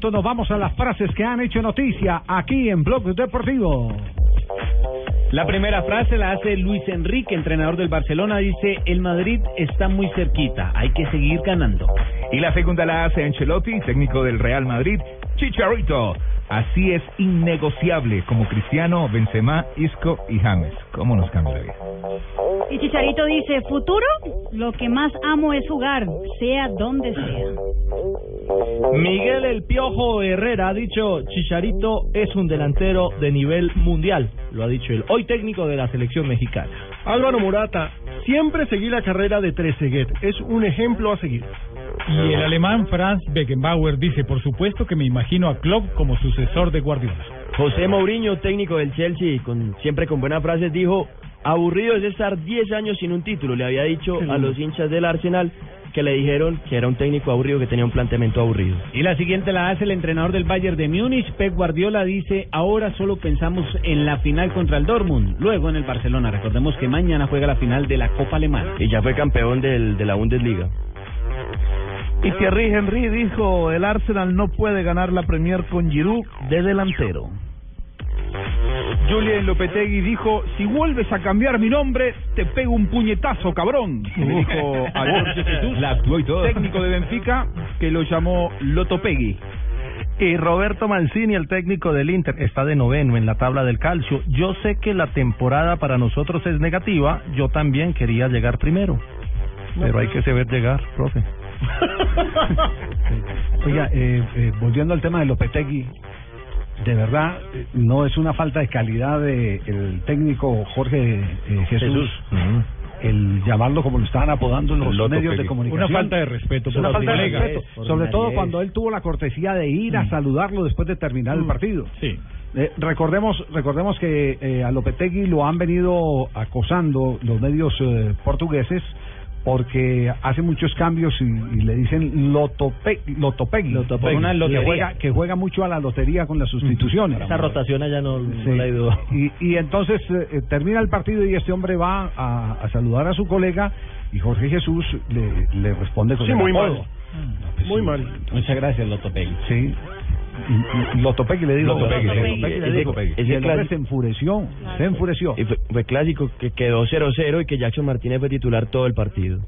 Nos vamos a las frases que han hecho noticia aquí en Blog Deportivo. La primera frase la hace Luis Enrique, entrenador del Barcelona, dice, el Madrid está muy cerquita, hay que seguir ganando. Y la segunda la hace Ancelotti, técnico del Real Madrid, Chicharito. Así es innegociable como Cristiano, Benzema, Isco y James. ¿Cómo nos cambia la vida? Y Chicharito dice, futuro, lo que más amo es jugar, sea donde sea. Miguel El Piojo Herrera ha dicho, Chicharito es un delantero de nivel mundial, lo ha dicho él, hoy técnico de la selección mexicana. Álvaro Morata, siempre seguí la carrera de Trezeguet, es un ejemplo a seguir. Y el alemán Franz Beckenbauer dice, por supuesto que me imagino a Klopp como sucesor de Guardiola. José Mourinho, técnico del Chelsea, con, siempre con buenas frases, dijo, aburrido es estar 10 años sin un título. Le había dicho a los hinchas del Arsenal que le dijeron que era un técnico aburrido, que tenía un planteamiento aburrido. Y la siguiente la hace el entrenador del Bayern de Múnich, Pep Guardiola, dice, ahora solo pensamos en la final contra el Dortmund, luego en el Barcelona. Recordemos que mañana juega la final de la Copa Alemana. Y ya fue campeón del, de la Bundesliga. Y Thierry Henry dijo, el Arsenal no puede ganar la Premier con Giroud de delantero. Julian Lopetegui dijo, si vuelves a cambiar mi nombre, te pego un puñetazo, cabrón. Y le dijo a Jorge Jesús, técnico de Benfica, que lo llamó Lotopegui. Y Roberto Mancini, el técnico del Inter, está de noveno en la tabla del calcio. Yo sé que la temporada para nosotros es negativa, yo también quería llegar primero. Pero hay que saber llegar, profe. Oiga, eh, eh, volviendo al tema de Lopetegui, de verdad, eh, no es una falta de calidad del de técnico Jorge Jesús. Jesús. Uh -huh. El llamarlo como lo estaban apodando en los Loto medios Pegui. de comunicación. Una falta de respeto, por una falta de respeto sobre todo cuando él tuvo la cortesía de ir uh -huh. a saludarlo después de terminar uh -huh. el partido. Sí. Eh, recordemos, recordemos que eh, a Lopetegui lo han venido acosando los medios eh, portugueses porque hace muchos cambios y, y le dicen lotope, lotopegui, lotopegui. Una que, juega, que juega mucho a la lotería con las sustituciones. Esa rotación allá no, sí. no la he ido. Y, y entonces eh, termina el partido y este hombre va a, a, saludar a su colega y Jorge Jesús le, le responde con sí, el muy mal. apodo. No, pues, muy sí. mal. Muchas gracias, Lotopegui. Sí. Lotopegui le digo. Lotopegui, Lotopegui, le digo. Lotopegui. Y el hombre se enfureció, claro. se enfureció. Y fue, fue clásico que quedó 0-0 y que Jackson Martínez fue titular todo el partido.